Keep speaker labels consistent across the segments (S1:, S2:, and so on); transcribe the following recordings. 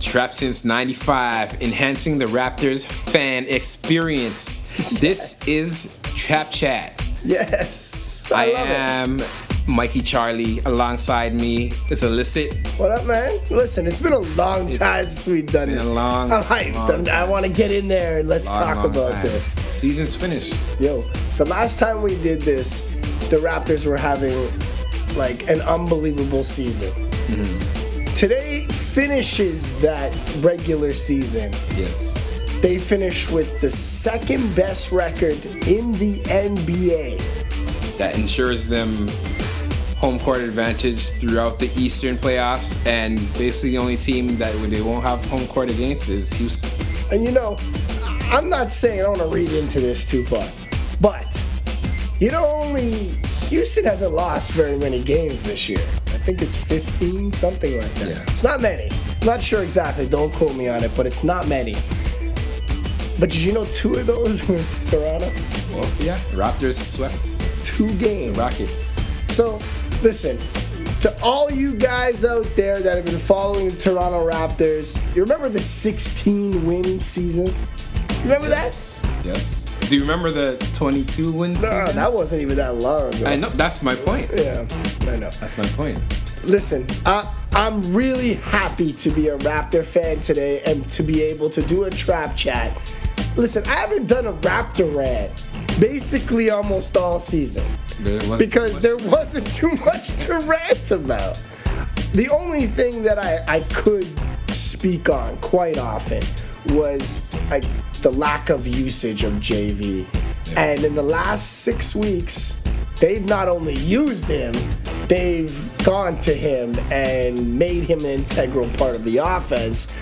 S1: Trap since 95, enhancing the Raptors fan experience. This is Trap Chat.
S2: Yes.
S1: I, uh,
S2: I, love
S1: am Mikey Charlie. Alongside me is Illicit.
S2: it. What up, man? Listen, it's been a long time since we've done
S1: been a
S2: this.
S1: long,
S2: I'm hyped.
S1: long
S2: I'm- I
S1: time.
S2: want to get in there and let's
S1: Long,
S2: talk
S1: long
S2: about
S1: time.
S2: this.
S1: Season's finished.
S2: Yo, the last time we did this, the Raptors were having like an unbelievable season.
S1: Mm-hmm.
S2: Today finishes that regular season.
S1: Yes.
S2: They finish with the second best record in the NBA.
S1: That ensures them home court advantage throughout the Eastern playoffs, and basically the only team that they won't have home court against is Houston.
S2: And you know, I'm not saying I want to read into this too far, but you know, only Houston hasn't lost very many games this year. I think it's 15, something like that.
S1: Yeah.
S2: It's not many. I'm not sure exactly. Don't quote me on it, but it's not many. But did you know two of those went to Toronto?
S1: Well, yeah. Raptors swept
S2: Two games.
S1: Rockets.
S2: So, listen, to all you guys out there that have been following the Toronto Raptors, you remember the 16 win season? Remember that?
S1: Yes. Do you remember the 22 win
S2: No,
S1: season?
S2: that wasn't even that long ago.
S1: I know. That's my point.
S2: yeah, I know.
S1: That's my point.
S2: Listen, I, I'm really happy to be a Raptor fan today and to be able to do a trap chat. Listen, I haven't done a Raptor rant basically almost all season
S1: There wasn't
S2: because
S1: much-
S2: there wasn't too much to rant about. The only thing that I, I could speak on quite often was like the lack of usage of JV. And in the last six weeks, they've not only used him, they've gone to him and made him an integral part of the offense.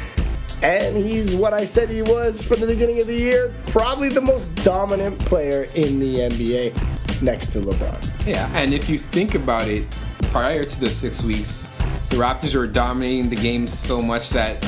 S2: And he's what I said he was from the beginning of the year, probably the most dominant player in the NBA next to LeBron.
S1: Yeah, and if you think about it, prior to the six weeks, the Raptors were dominating the game so much that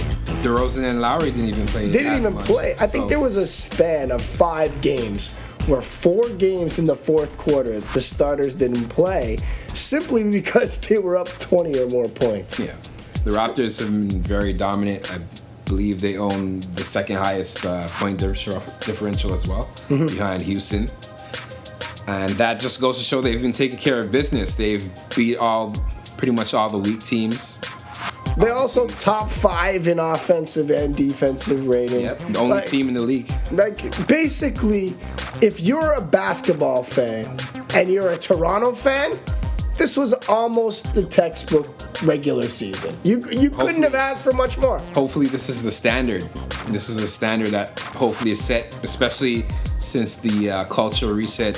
S1: DeRozan and Lowry didn't even play.
S2: They didn't
S1: as
S2: even
S1: much.
S2: play. I think
S1: So-
S2: there was a span of five games where four games in the fourth quarter the starters didn't play simply because they were up 20 or more points.
S1: Yeah, the Raptors have been very dominant. I believe they own the second highest uh, point differential differential as well, behind Houston. And that just goes to show they've been taking care of business. They've beat all, pretty much all the weak teams.
S2: They also top five in offensive and defensive rating.
S1: Yep, the only
S2: Like-
S1: team in the league.
S2: Like basically, if you're a basketball fan and you're a Toronto fan, this was almost the textbook regular season. You you couldn't have
S1: Hopefully.
S2: asked for much more.
S1: hopefully this is the standard. This is the standard that hopefully is set, especially since the uh, culture reset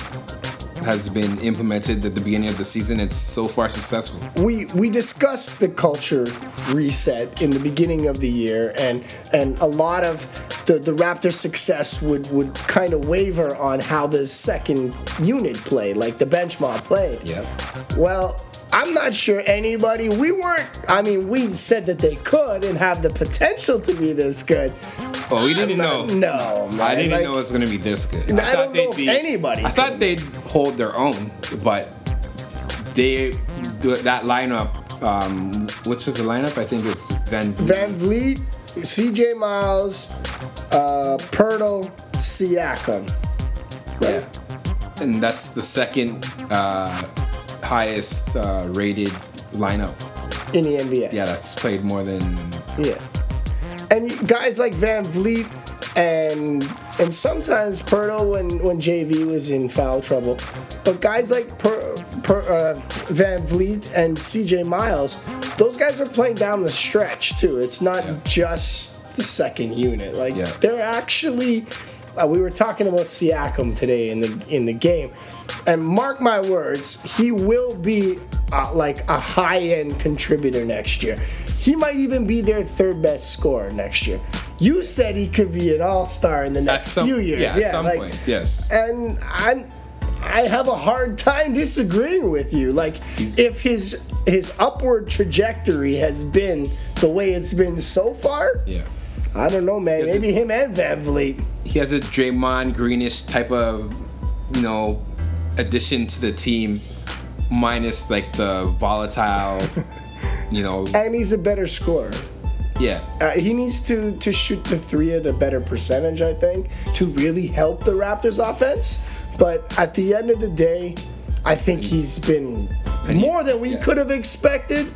S1: has been implemented at the beginning of the season. It's so far successful.
S2: we we discussed the culture reset in the beginning of the year and and a lot of the, the Raptors' success would, would kind of waver on how the second unit played, like the bench mob played. Well, I'm not sure anybody, we weren't, I mean, we said that they could and have the potential to be this good.
S1: Well, Oh, we didn't know.
S2: No, man.
S1: I didn't
S2: like,
S1: know it's gonna be this good.
S2: I
S1: thought
S2: don't know
S1: they'd
S2: if anybody
S1: I
S2: can.
S1: thought they'd hold their own, but they that lineup. Um, which is the lineup? I think it's Van. Vliet.
S2: Van Vliet, CJ Miles, uh, Pirtle, Siakam. Right?
S1: Yeah. And that's the second uh, highest uh, rated lineup.
S2: In the NBA.
S1: Yeah, that's played more than.
S2: Yeah. And guys like Van Vliet and and sometimes Pirtle when when JV was in foul trouble, but guys like per, per, uh, Van Vliet and CJ Miles, those guys are playing down the stretch too. It's not
S1: Yeah.
S2: just the second unit. Like
S1: Yeah.
S2: they're actually. Uh, we were talking about Siakam today in the in the game, and mark my words, he will be uh, like a high end contributor next year. He might even be their third best scorer next year. You said he could be an all star in the next few years.
S1: Yeah,
S2: Yeah,
S1: at some
S2: like-
S1: point. Yes.
S2: and I'm I have a hard time disagreeing with you. Like if his his upward trajectory has been the way it's been so far,
S1: Yeah.
S2: I don't know, man.
S1: Yes,
S2: Maybe him and Van Vliet.
S1: He has a Draymond Greenish type of, you know, addition to the team, minus like the volatile, you know,
S2: And he's a better scorer.
S1: Yeah.
S2: Uh, he needs to to shoot the three at a better percentage, I think, to really help the Raptors offense. But at the end of the day, I think he's been more than we
S1: yeah.
S2: could have expected,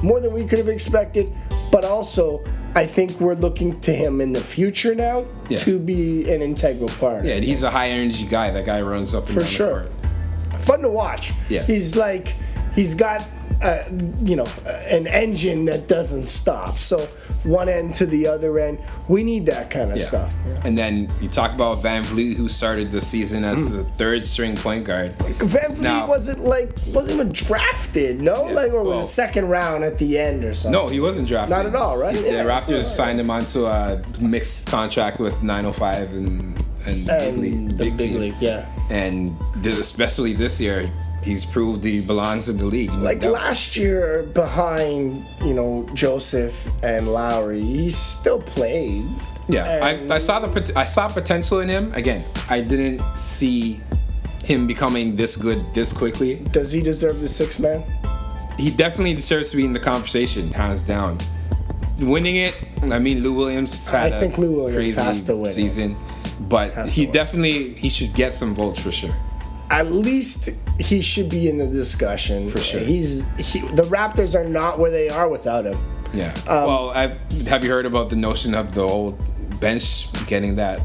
S2: more than we could have expected. But also, I think we're looking to him in the future now
S1: Yeah.
S2: to be an integral part.
S1: Yeah, and he's a high energy guy. That guy runs up and
S2: for
S1: down
S2: sure.
S1: the court.
S2: Fun to watch.
S1: Yeah.
S2: He's like, he's got, uh, you know, uh, an engine that doesn't stop. So one end to the other end, we need that kind of
S1: Yeah.
S2: stuff.
S1: And then you talk about Van Vliet, who started the season as the third string point guard.
S2: Van Vliet
S1: Now-
S2: wasn't like wasn't even drafted, no,
S1: Yeah,
S2: like or was
S1: well-
S2: it second round at the end or something?
S1: No, he wasn't drafted.
S2: Not at all, right?
S1: He-
S2: Yeah,
S1: the
S2: that's
S1: Raptors
S2: not
S1: signed him onto a mixed contract with 905 and and, the big
S2: And
S1: league, the
S2: the
S1: big,
S2: big
S1: team.
S2: league, yeah.
S1: And this, especially this year, he's proved he belongs in the league.
S2: Like last year, behind you know Joseph and Lowry, he still played.
S1: Yeah,
S2: And-
S1: I, I saw the pot- I saw potential in him. Again, I didn't see him becoming this good this quickly.
S2: Does he deserve the six man?
S1: He definitely deserves to be in the conversation, hands down. Winning it, I mean, Lou Williams had
S2: I
S1: a
S2: think Lou Williams
S1: crazy
S2: has to win it.
S1: season, but
S2: Has to
S1: he
S2: win.
S1: definitely he should get some votes for sure.
S2: at least he should be in the discussion for
S1: sure.
S2: He's he, the Raptors are not where they are without him.
S1: Yeah.
S2: Um,
S1: well, I, have you heard about the notion of the whole bench getting that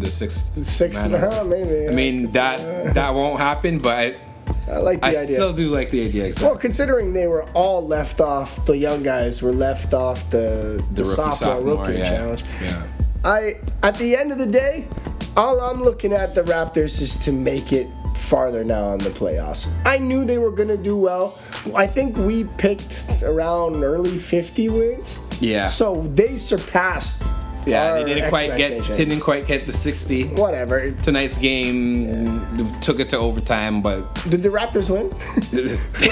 S1: the sixth
S2: Sixth
S1: man?
S2: and a half, maybe.
S1: I mean that that won't happen, but I,
S2: I like the
S1: I
S2: idea.
S1: still do like the idea.
S2: well, considering they were all left off, the young guys were left off the the,
S1: rookie,
S2: sophomore,
S1: sophomore,
S2: rookie
S1: yeah.
S2: challenge.
S1: Yeah.
S2: I at the end of the day, all I'm looking at the Raptors is to make it farther now in the playoffs. I knew they were gonna do well. I think we picked around early 50 wins.
S1: Yeah.
S2: So they surpassed.
S1: Yeah,
S2: our
S1: they didn't quite get
S2: expectations.
S1: didn't quite get the 60.
S2: Whatever.
S1: Tonight's game took it to overtime, but
S2: Did the Raptors win?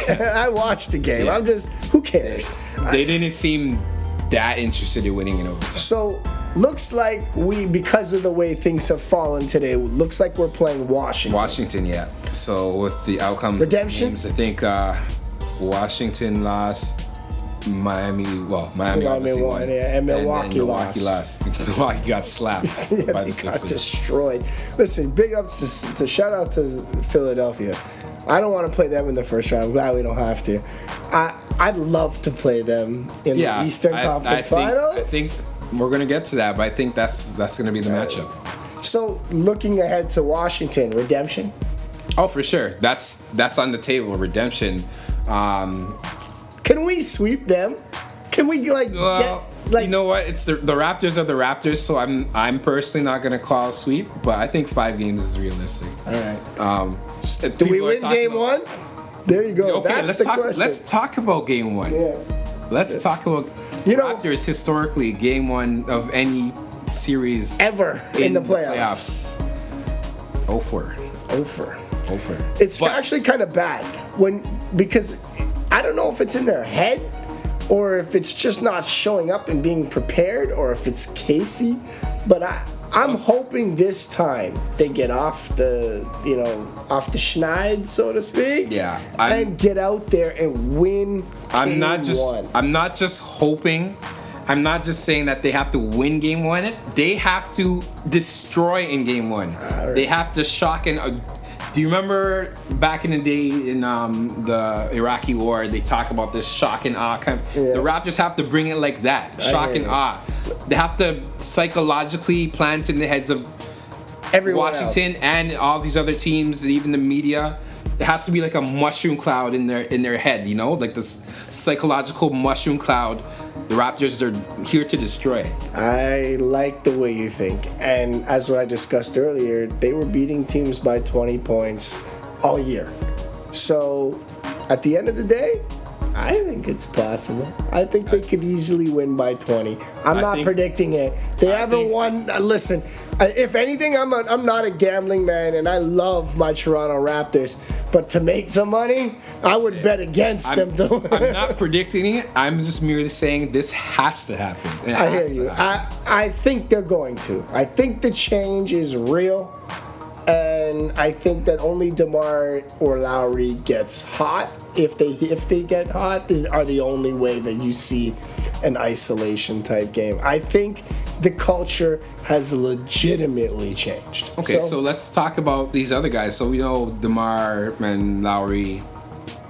S2: I watched the game.
S1: Yeah.
S2: I'm just who cares.
S1: they didn't seem that interested in winning in overtime.
S2: So looks like we because of the way things have fallen today, looks like we're playing Washington.
S1: Washington, yeah. So with the outcomes, of the
S2: Redemption?
S1: games, I think uh, Washington lost. Miami, well, Miami
S2: Miami
S1: obviously
S2: won,
S1: won,
S2: yeah, and
S1: then
S2: Milwaukee
S1: Milwaukie lost. Milwaukee got slapped
S2: Yeah,
S1: by
S2: they
S1: the
S2: got
S1: Sixers.
S2: destroyed. Listen, big ups to, to shout out to Philadelphia. I don't want to play them in the first round. I'm glad we don't have to. I I'd love to play them in
S1: Yeah,
S2: the Eastern
S1: I,
S2: Conference
S1: I think,
S2: Finals.
S1: I think we're gonna get to that, but I think that's that's gonna be the matchup.
S2: so. Looking ahead to Washington, redemption.
S1: Oh, for sure. That's that's on the table. Redemption. Um,
S2: Can we sweep them? Can we like
S1: well,
S2: get like
S1: you know what? It's the the Raptors are the Raptors, so I'm I'm personally not gonna call a sweep, but I think five games is realistic.
S2: All right.
S1: Um,
S2: Do we win game one? There you go.
S1: Okay,
S2: That's
S1: let's
S2: the
S1: talk.
S2: question.
S1: Let's talk about game one.
S2: yeah.
S1: Let's talk about
S2: You know-
S1: Raptors historically game one of any series
S2: Ever in, the playoffs.
S1: playoffs. Oh four.
S2: Over.
S1: Oh four.
S2: It's
S1: But-
S2: actually kind of bad when because I don't know if it's in their head or if it's just not showing up and being prepared or if it's Casey, but I I'm hoping this time they get off the you know off the schneid so to speak.
S1: Yeah, I'm-
S2: and get out there and win.
S1: I'm
S2: game
S1: not just
S2: one.
S1: I'm not just hoping. I'm not just saying that they have to win game one. They have to destroy in game one. They have to shock and. Uh, do you remember back in the day in um, the Iraqi war? They talk about this shock and awe. Kind
S2: Yeah.
S1: The Raptors have to bring it like that, shock
S2: hear
S1: and
S2: you.
S1: awe. They have to psychologically plant in the heads of
S2: everyone else.
S1: Washington and all these other teams, and even the media. There has to be like a mushroom cloud in their in their head, you know, like this psychological mushroom cloud. The Raptors are here to destroy.
S2: I like the way you think. And as what I discussed earlier, they were beating teams by 20 points all year. So at the end of the day, I think it's possible. I think they could easily win by 20. I'm
S1: I
S2: not
S1: think-
S2: predicting it. They
S1: I
S2: haven't
S1: think-
S2: won. uh, Listen, I- if anything, I'm, a, I'm not a gambling man and I love my Toronto Raptors. But to make some money, I would bet against
S1: I'm,
S2: them. to-
S1: I'm not predicting it. I'm just merely saying this has to happen. It
S2: I hear
S1: has to
S2: you.
S1: happen.
S2: I, I think they're going to. I think the change is real. And and I think that only Demar or Lowry gets hot. If they if they get hot, is, are the only way that you see an isolation type game. I think the culture has legitimately changed.
S1: Okay, so, let's talk about these other guys. So we know Demar and Lowry.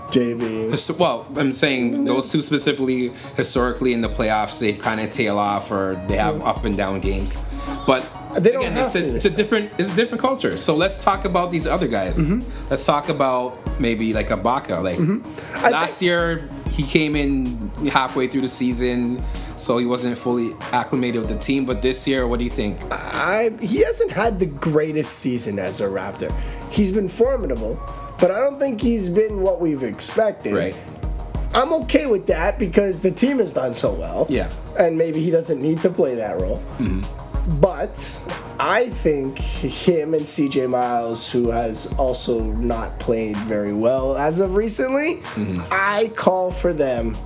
S2: JV,
S1: Histo- well, I'm saying those two specifically. Historically, in the playoffs, they kind of tail off or they have up and down games. But
S2: Mm. They don't have
S1: it's, a,
S2: to this
S1: it's a different it's a different culture. So let's talk about these other guys.
S2: Mm-hmm.
S1: Let's talk about maybe like Ibaka. Like
S2: Mm-hmm.
S1: last year, he came in halfway through the season, so he wasn't fully acclimated with the team. But this year, what do you think?
S2: I he hasn't had the greatest season as a Raptor. He's been formidable, but I don't think he's been what we've expected.
S1: Right.
S2: I'm okay with that because the team has done so well.
S1: Yeah.
S2: And maybe he doesn't need to play that role. But I think him and CJ Miles, who has also not played very well as of recently, I call for them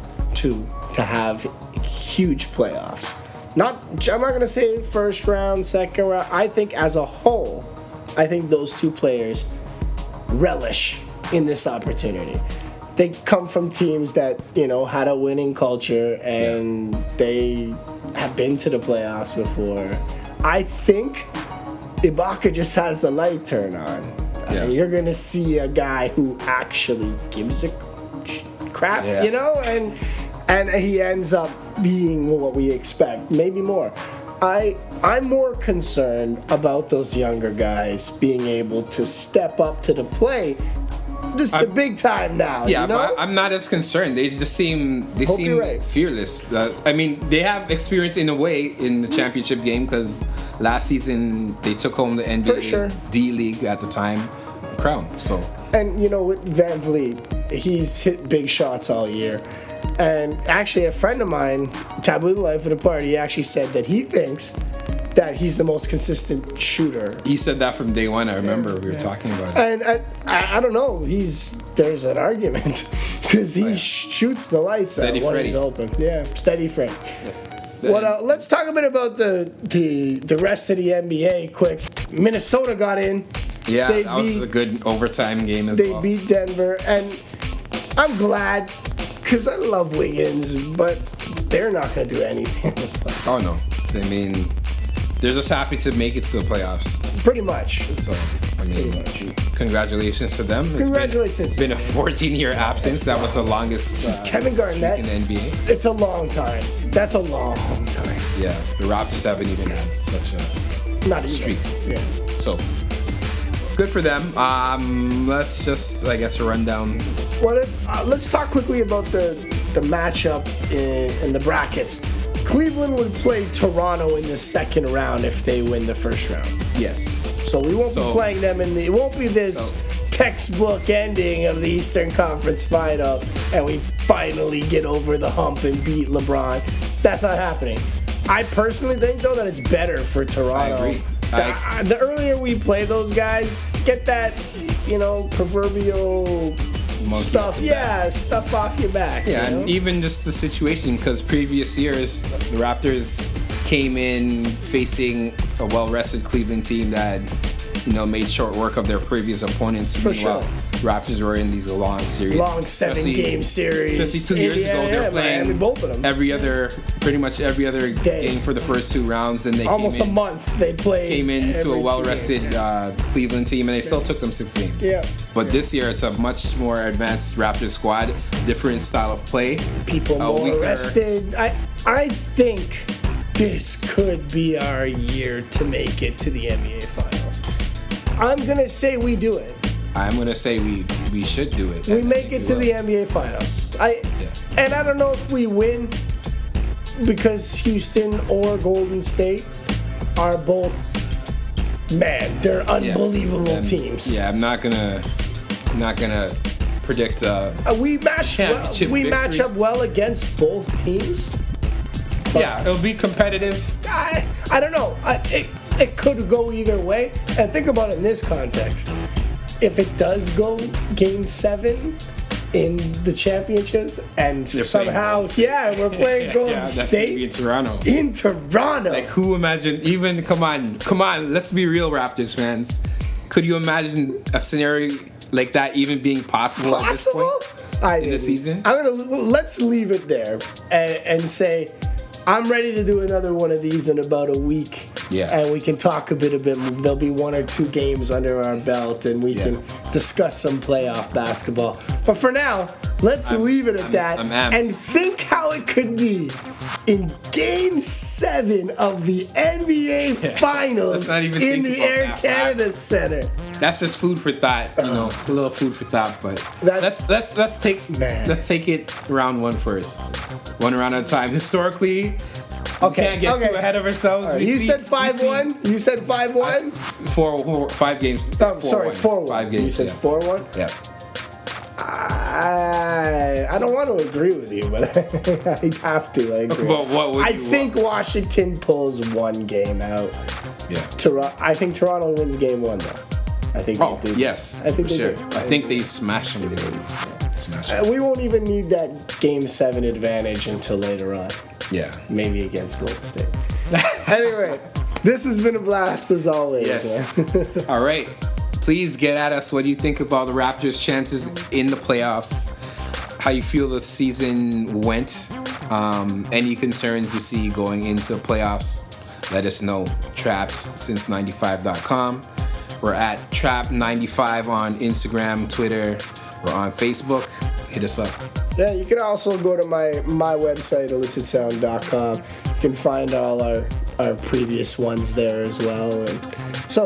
S2: to to have huge playoffs. Not I'm not gonna say first round, second round. I think as a whole, I think those two players relish in this opportunity. They come from teams that, you know, had a winning culture and they have been to the playoffs before. I think Ibaka just has the light turn on. I mean,
S1: Yeah.
S2: you're going to see a guy who actually gives a crap,
S1: Yeah.
S2: you know, and and he ends up being what we expect, maybe more. I I'm more concerned about those younger guys being able to step up to the plate. This is the
S1: I'm-
S2: big time now,
S1: Yeah,
S2: you know?
S1: but I'm not as concerned. They just seem they
S2: Hope
S1: seem
S2: you're right.
S1: fearless. Uh, I mean, they have experience in a way in the championship game because last season they took home the NBA
S2: sure.
S1: D League at the time crown. So
S2: and you know, with Van Vliet, he's hit big shots all year. And actually, a friend of mine, Taboo the Life of the Party, actually said that he thinks that he's the most consistent shooter
S1: he said that from day one. I remember we were talking about it.
S2: And I, I, I don't know. He's there's an argument because he sh- shoots the lights out
S1: Steady
S2: when
S1: Freddy.
S2: he's open. Yeah, steady Freddy.
S1: Then-
S2: What? Uh, let's talk a bit about the the the rest of the NBA quick. Minnesota got in.
S1: yeah,
S2: they
S1: that was
S2: beat-
S1: a good overtime game as
S2: They
S1: well.
S2: beat Denver, and I'm glad because I love Wiggins, but they're not gonna do anything.
S1: oh no, I mean, they're just happy to make it to the playoffs.
S2: Pretty much.
S1: So I mean,
S2: Pretty much.
S1: congratulations to them. It's been-
S2: Congratulations.
S1: been a 14-year absence. That was the longest.
S2: This is
S1: uh,
S2: Kevin
S1: streak
S2: Garnett.
S1: in the NBA.
S2: It's a long time. That's a long time.
S1: Yeah, the Raptors haven't even had such a
S2: Not a
S1: streak.
S2: streak. Yeah.
S1: So good for them. Um, let's just, I guess, run down.
S2: What if uh, let's talk quickly about the the matchup in, in the brackets. Cleveland would play Toronto in the second round if they win the first round.
S1: Yes.
S2: So we won't
S1: So-
S2: be playing them in the it won't be this
S1: So-
S2: textbook ending of the Eastern Conference final and we finally get over the hump and beat LeBron. That's not happening. I personally think though that it's better for Toronto.
S1: agree.
S2: The-
S1: I-
S2: uh, the earlier we play those guys, get that, you know, proverbial
S1: Monkey
S2: stuff.
S1: off your
S2: Yeah, stuff off your back.
S1: Yeah,
S2: you know?
S1: and even just the situation because previous years the Raptors came in facing a well-rested Cleveland team that you know made short work of their previous opponents.
S2: For
S1: Meanwhile,
S2: sure.
S1: Raptors were in these long series,
S2: long seven
S1: Especially-
S2: game series.
S1: Especially two years
S2: Indiana,
S1: ago, they
S2: yeah,
S1: were playing
S2: Miami, both of them.
S1: every other, pretty much every other
S2: Day.
S1: game for the first two rounds, and they
S2: Almost
S1: came
S2: a
S1: in,
S2: month they played.
S1: came into
S2: every
S1: a
S2: two
S1: well-rested
S2: games.
S1: uh, Cleveland team, and they still took them six games.
S2: Yeah.
S1: But this year, it's a much more advanced Raptors squad, different style of play.
S2: people
S1: a
S2: more
S1: weaker-
S2: arrested. I I think this could be our year to make it to the NBA Finals. I'm gonna say we do it.
S1: I'm gonna say we we should do it.
S2: We
S1: and I
S2: make
S1: think
S2: it
S1: we
S2: to
S1: will.
S2: the NBA Finals. I
S1: Yeah.
S2: and I don't know if we win because Houston or Golden State are both man, they're
S1: Yeah.
S2: unbelievable
S1: And-
S2: teams.
S1: Yeah, I'm not gonna, I'm not gonna predict. Uh,
S2: Uh, We match well,
S1: Championship
S2: we match
S1: victory.
S2: up well against both teams.
S1: yeah, it'll be competitive.
S2: I, I don't know. I, it, it could go either way. And think about it in this context. If it does go game seven in the championships and
S1: They're playing
S2: somehow,
S1: Golden State.
S2: yeah, we're playing Golden
S1: yeah, that's gonna be in
S2: State
S1: Toronto.
S2: in Toronto.
S1: Like who imagined even come on, come on, let's be real Raptors fans. Could you imagine a scenario like that even being possible, at this
S2: Possible?
S1: point?
S2: I
S1: in the
S2: didn't.
S1: season?
S2: I'm gonna let's leave it there and, and say I'm ready to do another one of these in about a week.
S1: Yeah.
S2: And we can talk a bit about there'll be one or two games under our belt and we
S1: Yeah.
S2: can discuss some playoff basketball. But for now, let's leave it at
S1: I'm-
S2: that
S1: I'm amped.
S2: and think how it could be in game seven of the NBA
S1: Yeah. Let's
S2: Finals
S1: not even
S2: in
S1: think
S2: the
S1: about
S2: Air
S1: that.
S2: Canada Center.
S1: That's just food for thought, you know, a little food for thought. But
S2: That's-
S1: let's let's let's take
S2: Man.
S1: let's take it round one first, one round at a time. Historically,
S2: Okay,
S1: we can't get
S2: okay.
S1: too ahead of ourselves. We
S2: You
S1: see-
S2: said
S1: we see
S2: 5 1. You said 5 1.
S1: four- four- five games.
S2: Oh, sorry,
S1: one.
S2: 4 1.
S1: Five games.
S2: you said
S1: yeah.
S2: 4 1?
S1: Yeah.
S2: I, I don't want to agree with you, but I have to. I agree.
S1: But what would
S2: I
S1: you
S2: think Washington pulls one game out.
S1: Yeah.
S2: Tor- I think Toronto wins game one, though. I think
S1: Oh
S2: they do.
S1: yes,
S2: I think
S1: for
S2: they
S1: sure.
S2: do.
S1: I think they smash them. dude. Smash them.
S2: Uh, We won't even need that game seven advantage until later on,
S1: Yeah.
S2: maybe against Golden State. anyway, this has been a blast as always.
S1: Yes.
S2: man.
S1: All right. Please get at us. What do you think about the Raptors' chances in the playoffs? How you feel the season went? Um, any concerns you see going into the playoffs? Let us know. Traps since 95.com. We're at Trap95 on Instagram, Twitter. We're on Facebook. Hit us up.
S2: Yeah, you can also go to my my website, illicitsound.com. You can find all our our previous ones there as well. And so,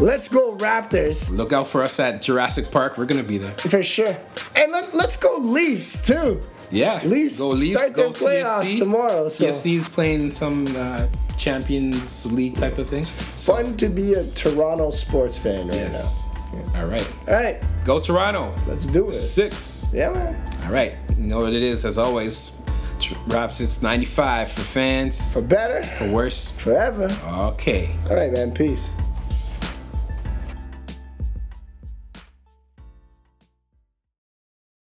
S2: let's go Raptors
S1: Look out for us at Jurassic Park. We're gonna be there.
S2: for sure, and let, let's go Leafs too.
S1: Yeah.
S2: Leafs start their playoffs
S1: TFC.
S2: tomorrow. So
S1: TFC is playing some uh, Champions League type of thing.
S2: fun to be a Toronto sports fan right
S1: Yes. All right.
S2: now. All right,
S1: Go Toronto.
S2: let's do it.
S1: Six.
S2: Yeah, man.
S1: All right. You know what it is, as always. Tr- Raps, it's 95 for fans,
S2: For better,
S1: for worse.
S2: forever.
S1: Okay.
S2: All right, man. Peace.